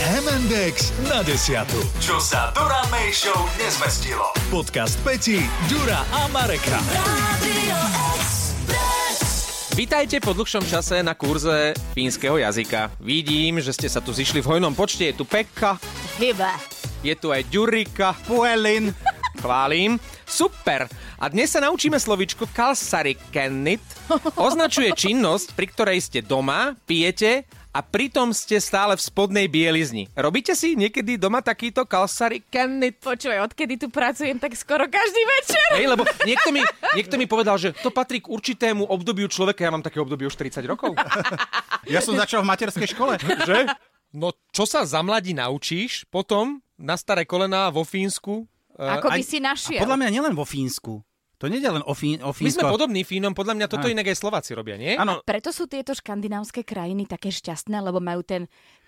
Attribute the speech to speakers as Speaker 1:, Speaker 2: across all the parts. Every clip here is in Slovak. Speaker 1: Index na desiatu. Čo sa Dura May Show nezmestilo. Podcast Peti, Dura a Mareka.
Speaker 2: Vítajte po dlhšom čase na kurze fínskeho jazyka. Vidím, že ste sa tu zišli v hojnom počte. Je tu Pekka,
Speaker 3: Hyba.
Speaker 2: je tu aj Ďurika. Puelin. Chválim. Super. A dnes sa naučíme slovičko kalsarikenit. Označuje činnosť, pri ktorej ste doma, pijete a pritom ste stále v spodnej bielizni. Robíte si niekedy doma takýto kalsarikenit?
Speaker 3: Počúvaj, odkedy tu pracujem, tak skoro každý večer.
Speaker 2: Hej, lebo niekto mi, niekto mi povedal, že to patrí k určitému obdobiu človeka. Ja mám také obdobie už 40 rokov.
Speaker 4: Ja som začal v materskej škole.
Speaker 2: Že? No, čo sa za mladí naučíš potom na staré kolená vo Fínsku?
Speaker 3: Ako by
Speaker 4: Aj-
Speaker 3: si našiel.
Speaker 4: A podľa mňa nielen vo Fínsku. To nie je len o, Fín,
Speaker 2: My
Speaker 4: o
Speaker 2: sme
Speaker 4: Fínsko.
Speaker 2: podobní Fínom, podľa mňa toto
Speaker 4: Áno.
Speaker 2: inak aj Slováci robia, nie?
Speaker 4: Áno,
Speaker 3: Preto sú tieto škandinávske krajiny také šťastné, lebo majú ten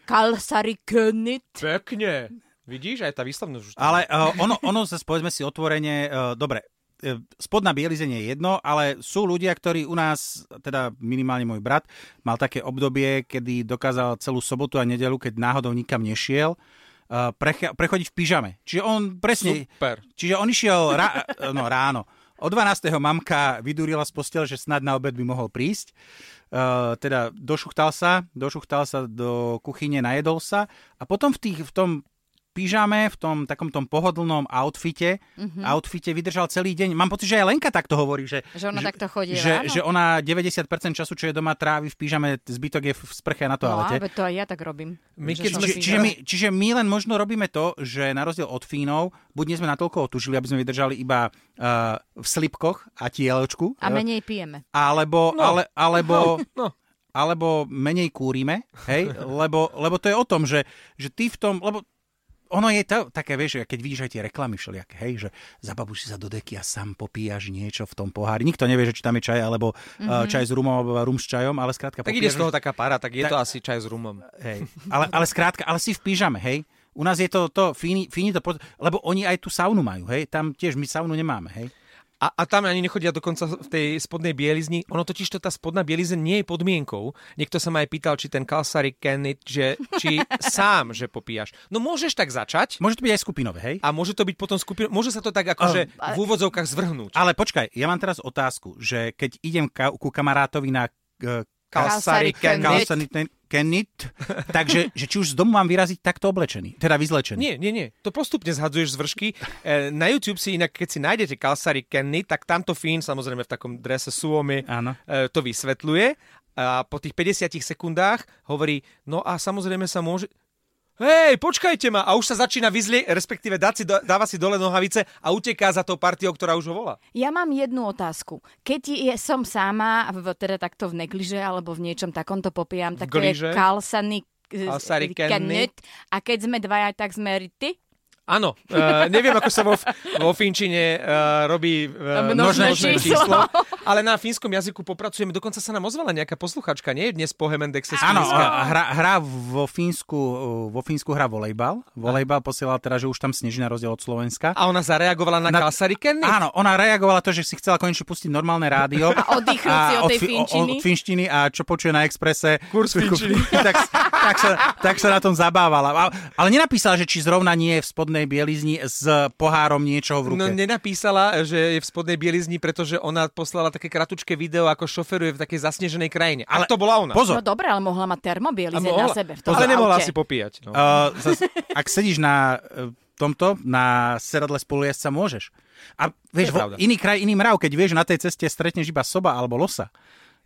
Speaker 3: kalsarikenit.
Speaker 2: Pekne. Vidíš, aj tá výslovnosť už... tam-
Speaker 4: ale uh, ono, ono zase povedzme si otvorene, uh, dobre, eh, spodná bielizeň je jedno, ale sú ľudia, ktorí u nás, teda minimálne môj brat, mal také obdobie, kedy dokázal celú sobotu a nedelu, keď náhodou nikam nešiel, eh, precha- prechodiť v pyžame. Čiže on presne...
Speaker 2: Super.
Speaker 4: Čiže on išiel rá, no, ráno. O 12. mamka vydurila z postele, že snad na obed by mohol prísť. Uh, teda došuchtal sa, došuchtal sa do kuchyne, najedol sa a potom v, tých, v tom pyžame, v tom takom tom pohodlnom outfite,
Speaker 3: Mhm.
Speaker 4: mm-hmm. outfite vydržal celý deň. Mám pocit, že aj Lenka takto hovorí, že,
Speaker 3: Že ona takto chodí,
Speaker 4: že,
Speaker 3: áno.
Speaker 4: že ona 90% času, čo je doma, trávi v pyžame, zbytok je v v sprche a na
Speaker 3: No,
Speaker 4: toalete.
Speaker 3: ale to aj ja tak robím.
Speaker 2: My
Speaker 3: Že
Speaker 2: keď
Speaker 3: som
Speaker 2: sme-
Speaker 3: si-
Speaker 4: Či, čiže, my, čiže my len možno robíme to, že na rozdiel od Fínov, buď nie sme natoľko otužili, aby sme vydržali iba uh, v slipkoch a tieločku,
Speaker 3: A menej pijeme.
Speaker 4: alebo,
Speaker 2: No.
Speaker 4: ale, alebo,
Speaker 2: No.
Speaker 4: alebo menej kúrime, hej? Lebo, lebo to je o tom, že, že ty v tom, lebo ono je to, také, vieš, že keď vidíš aj tie reklamy všelijaké, hej, že zababúš si sa do deky a sám popíjaš niečo v tom pohári. Nikto nevie, že či tam je čaj, alebo
Speaker 3: Mhm.
Speaker 4: mm-hmm. čaj s rumom, alebo rum s čajom, ale skrátka
Speaker 2: Tak ide
Speaker 4: popíjaš-
Speaker 2: z toho taká para, tak je
Speaker 4: Tak-
Speaker 2: to asi čaj s rumom.
Speaker 4: Hej. Ale, ale skrátka, ale si v pyžame, hej. U nás je to, to Fíni, Fíni to, pod- lebo oni aj tú saunu majú, hej. Tam tiež my saunu nemáme, hej.
Speaker 2: A, a tam ani nechodia dokonca v tej spodnej bielizni. Ono totiž to tá spodná bielizeň nie je podmienkou. Niekto sa ma aj pýtal, či ten kalsari kenit, že či sám, že popíjaš. No môžeš tak začať
Speaker 4: Môže to byť aj skupinové, hej.
Speaker 2: a môže to byť potom skupina, môže sa to tak akože v úvodzovkách zvrhnúť.
Speaker 4: Ale počkaj, ja mám teraz otázku, že keď idem ka- ku kamarátovi na uh,
Speaker 3: Kalsari kenit.
Speaker 4: Kenit, takže že či už z domu mám vyraziť takto oblečený, teda vyzlečený.
Speaker 2: Nie, nie, nie. To postupne zhadzuješ z vršky. E, na YouTube si inak, keď si nájdete Kalsari Kenny, tak tamto Fín, samozrejme v takom drese Suomi,
Speaker 4: Áno.
Speaker 2: e, to vysvetľuje. A po tých 50 sekundách hovorí, no a samozrejme sa môže... Hej, počkajte ma! A už sa začína vyzlie, respektíve dá si, do- dáva si dole nohavice a uteká za tou partiou, ktorá už ho volá.
Speaker 3: Ja mám jednu otázku. Keď je, som sama, v, teda takto v negliže alebo v niečom takomto popijam, tak to je
Speaker 2: gliže?
Speaker 3: kalsani
Speaker 2: Kalsarikenit.
Speaker 3: A keď sme dvaja, tak sme rity.
Speaker 2: Áno, uh, neviem, ako sa vo, f- vo finčine uh, robí uh,
Speaker 3: Množné číslo.
Speaker 2: ale na fínskom jazyku popracujeme. Dokonca sa nám ozvala nejaká posluchačka, nie? Dnes po Hemendexe z
Speaker 4: Áno,
Speaker 2: Fínska.
Speaker 4: a- a hra, hra vo Fínsku, uh, vo Fínsku hra volejbal. Volejbal posielal teda, že už tam sneží na rozdiel od Slovenska.
Speaker 2: A ona zareagovala na, na...
Speaker 4: Na-
Speaker 2: kalsarikenny?
Speaker 4: Áno, ona reagovala to, že si chcela konečne pustiť normálne rádio.
Speaker 3: A oddychnúť si od tej
Speaker 4: fi-
Speaker 3: finčiny.
Speaker 4: Od, finštiny a čo počuje na exprese.
Speaker 2: Kurz finčiny.
Speaker 4: tak, tak, sa, tak sa na tom zabávala. A, ale nenapísala, že či zrovna nie je v spodnej bielizni s pohárom niečoho v ruke.
Speaker 2: No nenapísala, že je v spodnej bielizni, pretože ona poslala také kratučké video, ako šoferuje v takej zasneženej krajine. Ale to bola ona.
Speaker 3: No
Speaker 4: Pozor,
Speaker 3: dobre, ale mohla mať
Speaker 2: A
Speaker 3: termobielizeň na
Speaker 2: mohla-
Speaker 3: sebe. V tom
Speaker 2: ale nemohla
Speaker 3: aute.
Speaker 2: si popíjať. No.
Speaker 4: Uh, zas, ak sedíš na uh, tomto, na sedadle spolujazdca, môžeš. A
Speaker 2: To je
Speaker 4: vieš, vo,
Speaker 2: pravda.
Speaker 4: iný kraj, iný mrav, keď vieš, na tej ceste stretneš iba soba alebo losa,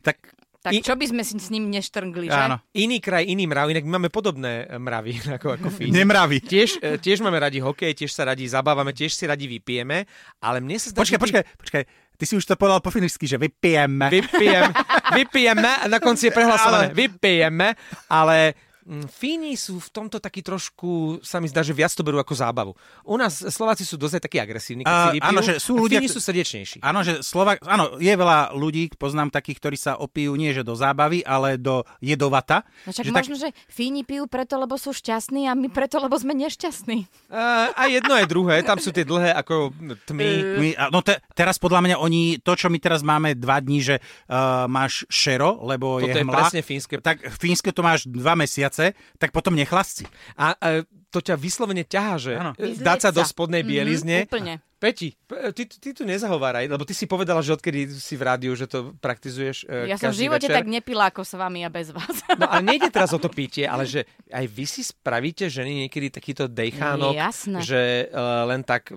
Speaker 4: tak
Speaker 3: Tak
Speaker 2: I-
Speaker 3: čo by sme si s ním neštrngli, že?
Speaker 4: áno,
Speaker 2: Iný kraj, iný mrav, inak my máme podobné e, mravy ako, ako Fíni.
Speaker 4: nemraví.
Speaker 2: Tiež, e, tiež máme radi hokej, tiež sa radi zabávame, tiež si radi vypijeme, ale mne sa zdá,
Speaker 4: Počkaj,
Speaker 2: že ty-
Speaker 4: počkaj, počkaj. Ty si už to povedal po finsky, že vypijeme.
Speaker 2: Vypijem, vypijeme, a na konci je prehlasované, vypijeme, ale mm, Fíni sú v tomto taký trošku, sa mi zdá, že viac to berú ako zábavu. U nás Slováci sú dosť takí agresívni, keď si
Speaker 4: A,
Speaker 2: vypijú,
Speaker 4: áno, že sú
Speaker 2: a
Speaker 4: ľudia,
Speaker 2: Fíni
Speaker 4: kto-
Speaker 2: sú srdečnejší.
Speaker 4: Áno, že Slovak, áno, je veľa ľudí, poznám takých, ktorí sa opijú nie že do zábavy, ale do jedovata.
Speaker 3: No však
Speaker 4: Že tak-
Speaker 3: možno, že Fíni pijú preto, lebo sú šťastní a my preto, lebo sme nešťastní.
Speaker 2: Uh, a jedno aj druhé, tam sú tie dlhé ako tmy.
Speaker 3: E,
Speaker 4: My, a no te, teraz podľa mňa oni, to čo my teraz máme dva dní, že uh, máš šero, lebo
Speaker 2: Toto
Speaker 4: je
Speaker 2: je
Speaker 4: hmla.
Speaker 2: presne fínske.
Speaker 4: Tak v Fínske to máš dva mesiace, práce, tak potom nechlasci.
Speaker 2: A e, to ťa vyslovene ťahá, že
Speaker 4: Áno.
Speaker 2: e, dať sa
Speaker 3: Vyzliecť
Speaker 2: do
Speaker 3: sa.
Speaker 2: spodnej
Speaker 3: Mhm,
Speaker 2: bielizne.
Speaker 3: úplne.
Speaker 2: Peti, p- ty, ty tu nezahováraj, lebo ty si povedala, že odkedy si v rádiu, že to praktizuješ e,
Speaker 3: Ja som v
Speaker 2: každý
Speaker 3: živote
Speaker 2: večer.
Speaker 3: tak nepila ako s vami a bez vás.
Speaker 2: No ale nejde teraz o to pitie, ale že aj vy si spravíte ženy niekedy takýto dejchánok,
Speaker 3: Jasné.
Speaker 2: že uh, len tak,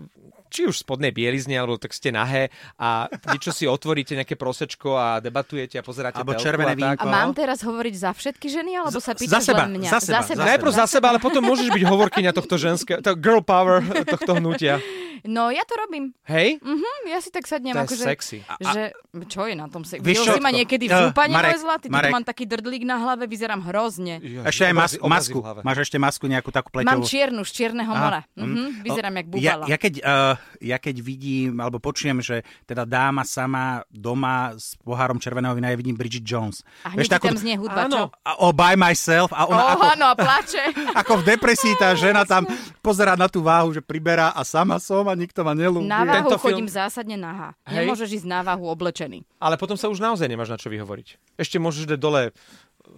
Speaker 2: či už spodnej bielizne, alebo tak ste nahé a niečo si otvoríte, nejaké prosečko a debatujete a pozeráte
Speaker 4: Alebo
Speaker 2: telku
Speaker 4: červené
Speaker 2: a tak.
Speaker 3: A
Speaker 4: Koho?
Speaker 3: mám teraz hovoriť za všetky ženy, alebo sa
Speaker 4: Za- za
Speaker 3: pýtaš
Speaker 4: seba,
Speaker 3: len mňa?
Speaker 4: za seba, za seba.
Speaker 2: Najprv za seba, ale potom môžeš byť hovorkyňa tohto ženského, to girl power tohto hnutia.
Speaker 3: No ja to robím.
Speaker 2: Hej?
Speaker 4: Mm.
Speaker 3: Hm, ja si tak sadnem,
Speaker 2: To je
Speaker 3: akože,
Speaker 2: sexy.
Speaker 3: že čo je na tom sexy?
Speaker 4: Vieš
Speaker 3: Videl
Speaker 4: čo?
Speaker 3: si ma niekedy v
Speaker 4: Eh,
Speaker 3: zúpane,
Speaker 4: Marek,
Speaker 3: môj zlatý?
Speaker 4: Marek.
Speaker 3: Marek. mám taký drdlík na hlave, vyzerám hrozne.
Speaker 4: Ešte aj mas- masku. Máš ešte masku nejakú takú
Speaker 3: Mám
Speaker 4: pleťovú.
Speaker 3: čiernu, z čierneho mora. Mhm, vyzerám jak bubala.
Speaker 4: Ja, ja, keď, uh, ja keď vidím, alebo počujem, že teda dáma sama doma s pohárom červeného vína, ja vidím Bridget Jones.
Speaker 3: A hneď ti tam znie hudba,
Speaker 2: Áno.
Speaker 3: čo?
Speaker 4: a, all by myself a ona
Speaker 3: Oh,
Speaker 4: ako,
Speaker 3: áno, a plače.
Speaker 4: ako v depresii tá žena tam pozerá na tú váhu, že priberá a sama som a nikto ma nelúbi.
Speaker 3: Na váhu
Speaker 2: Tento film-
Speaker 3: chodím zásadne nahá.
Speaker 2: Hej.
Speaker 3: Nemôžeš ísť na váhu oblečený.
Speaker 2: Ale potom sa už naozaj nemáš na čo vyhovoriť. Ešte môžeš dať dole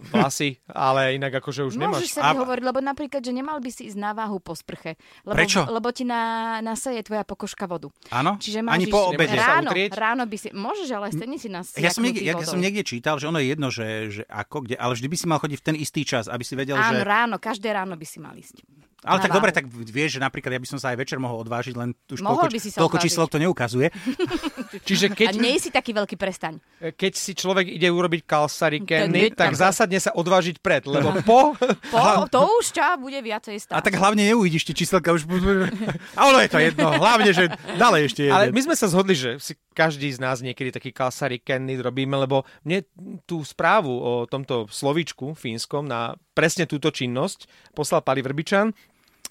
Speaker 2: vlasy, ale inak akože už nemáš.
Speaker 3: Môžeš sa
Speaker 4: A-
Speaker 3: vyhovoriť, lebo napríklad, že nemal by si ísť na váhu po sprche. Lebo,
Speaker 4: Prečo?
Speaker 3: Lebo ti na, nasaje tvoja pokožka vodu.
Speaker 4: Áno?
Speaker 3: Čiže máš
Speaker 4: Ani
Speaker 3: ísť-
Speaker 4: po obede.
Speaker 2: Nemôžeš sa
Speaker 3: Ráno,
Speaker 2: utrieť?
Speaker 3: ráno by si... Môžeš, ale stane si na
Speaker 4: Ja som,
Speaker 3: siaknutý
Speaker 4: niekde, ja, ja
Speaker 3: vodou.
Speaker 4: som niekde čítal, že ono je jedno, že, že ako, kde, ale vždy by si mal chodiť v ten istý čas, aby si vedel, že...
Speaker 3: Áno, ráno, každé ráno by si mal ísť.
Speaker 4: Ale
Speaker 3: na
Speaker 4: tak
Speaker 3: váhu.
Speaker 4: dobre, tak vieš, že napríklad ja by som sa aj večer mohol odvážiť, len už
Speaker 3: Mohol
Speaker 4: toľko,
Speaker 3: by si sa
Speaker 4: toľko
Speaker 3: odvážiť.
Speaker 4: číslo to neukazuje.
Speaker 2: Čiže keď...
Speaker 3: A nie si taký veľký, prestaň.
Speaker 2: keď si človek ide urobiť kalsarikeny,
Speaker 3: To je
Speaker 2: tak zásadne sa odvážiť pred, lebo po...
Speaker 3: Po, to už ťa bude viacej stáť.
Speaker 4: A tak hlavne neuvidíš tie číselka už. A ono je to jedno, hlavne, že dále ešte jeden.
Speaker 2: Ale my sme sa zhodli, že si každý z nás niekedy taký kalsarikeny robíme, lebo mne tú správu o tomto slovičku fínskom na presne túto činnosť poslal Pali Vrbičan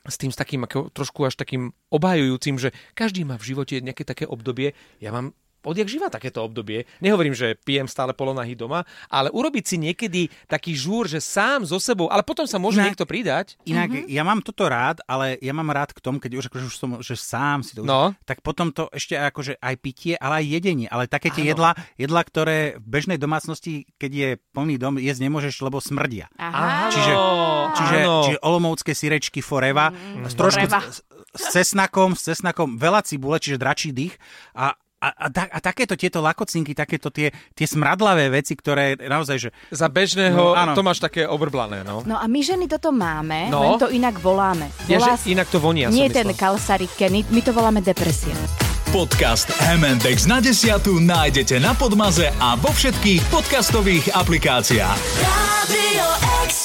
Speaker 2: s tým s takým ako, trošku až takým obhajujúcim, že každý má v živote nejaké také obdobie. Ja mám odjak živa takéto obdobie. Nehovorím, že pijem stále polonahy doma, ale urobiť si niekedy taký žúr, že sám so sebou, ale potom sa môže
Speaker 4: Ne.
Speaker 2: niekto pridať.
Speaker 4: Inak,
Speaker 3: Mhm.
Speaker 4: mm-hmm. ja mám toto rád, ale ja mám rád k tomu, keď už, akože už som, že sám si to
Speaker 2: No.
Speaker 4: užívam, tak potom to ešte aj akože aj pitie, ale aj jedenie. Ale také tie jedla, jedla, ktoré v bežnej domácnosti, keď je plný dom, jesť nemôžeš, lebo smrdia.
Speaker 3: Aha.
Speaker 4: Čiže, čiže,
Speaker 2: áno.
Speaker 4: čiže olomovské sirečky foreva, mm, s trošku
Speaker 3: Foreva.
Speaker 4: s, s cesnakom, s cesnakom, veľa cibule, čiže dračí dých a a, a, ta- a takéto tieto lakocinky, takéto tie, tie smradlavé veci, ktoré naozaj, že
Speaker 2: Za bežného,
Speaker 4: No, áno.
Speaker 2: to máš také obrblané, no.
Speaker 3: No a my ženy toto máme,
Speaker 2: No.
Speaker 3: len to inak voláme.
Speaker 2: Je,
Speaker 3: Volá
Speaker 2: že inak to vonia, som
Speaker 3: Nie ten
Speaker 2: myslel.
Speaker 3: kalsariken, my to voláme depresie.
Speaker 1: Podcast M&X na desiatu nájdete na Podmaze a vo všetkých podcastových aplikáciách.
Speaker 5: Radio X.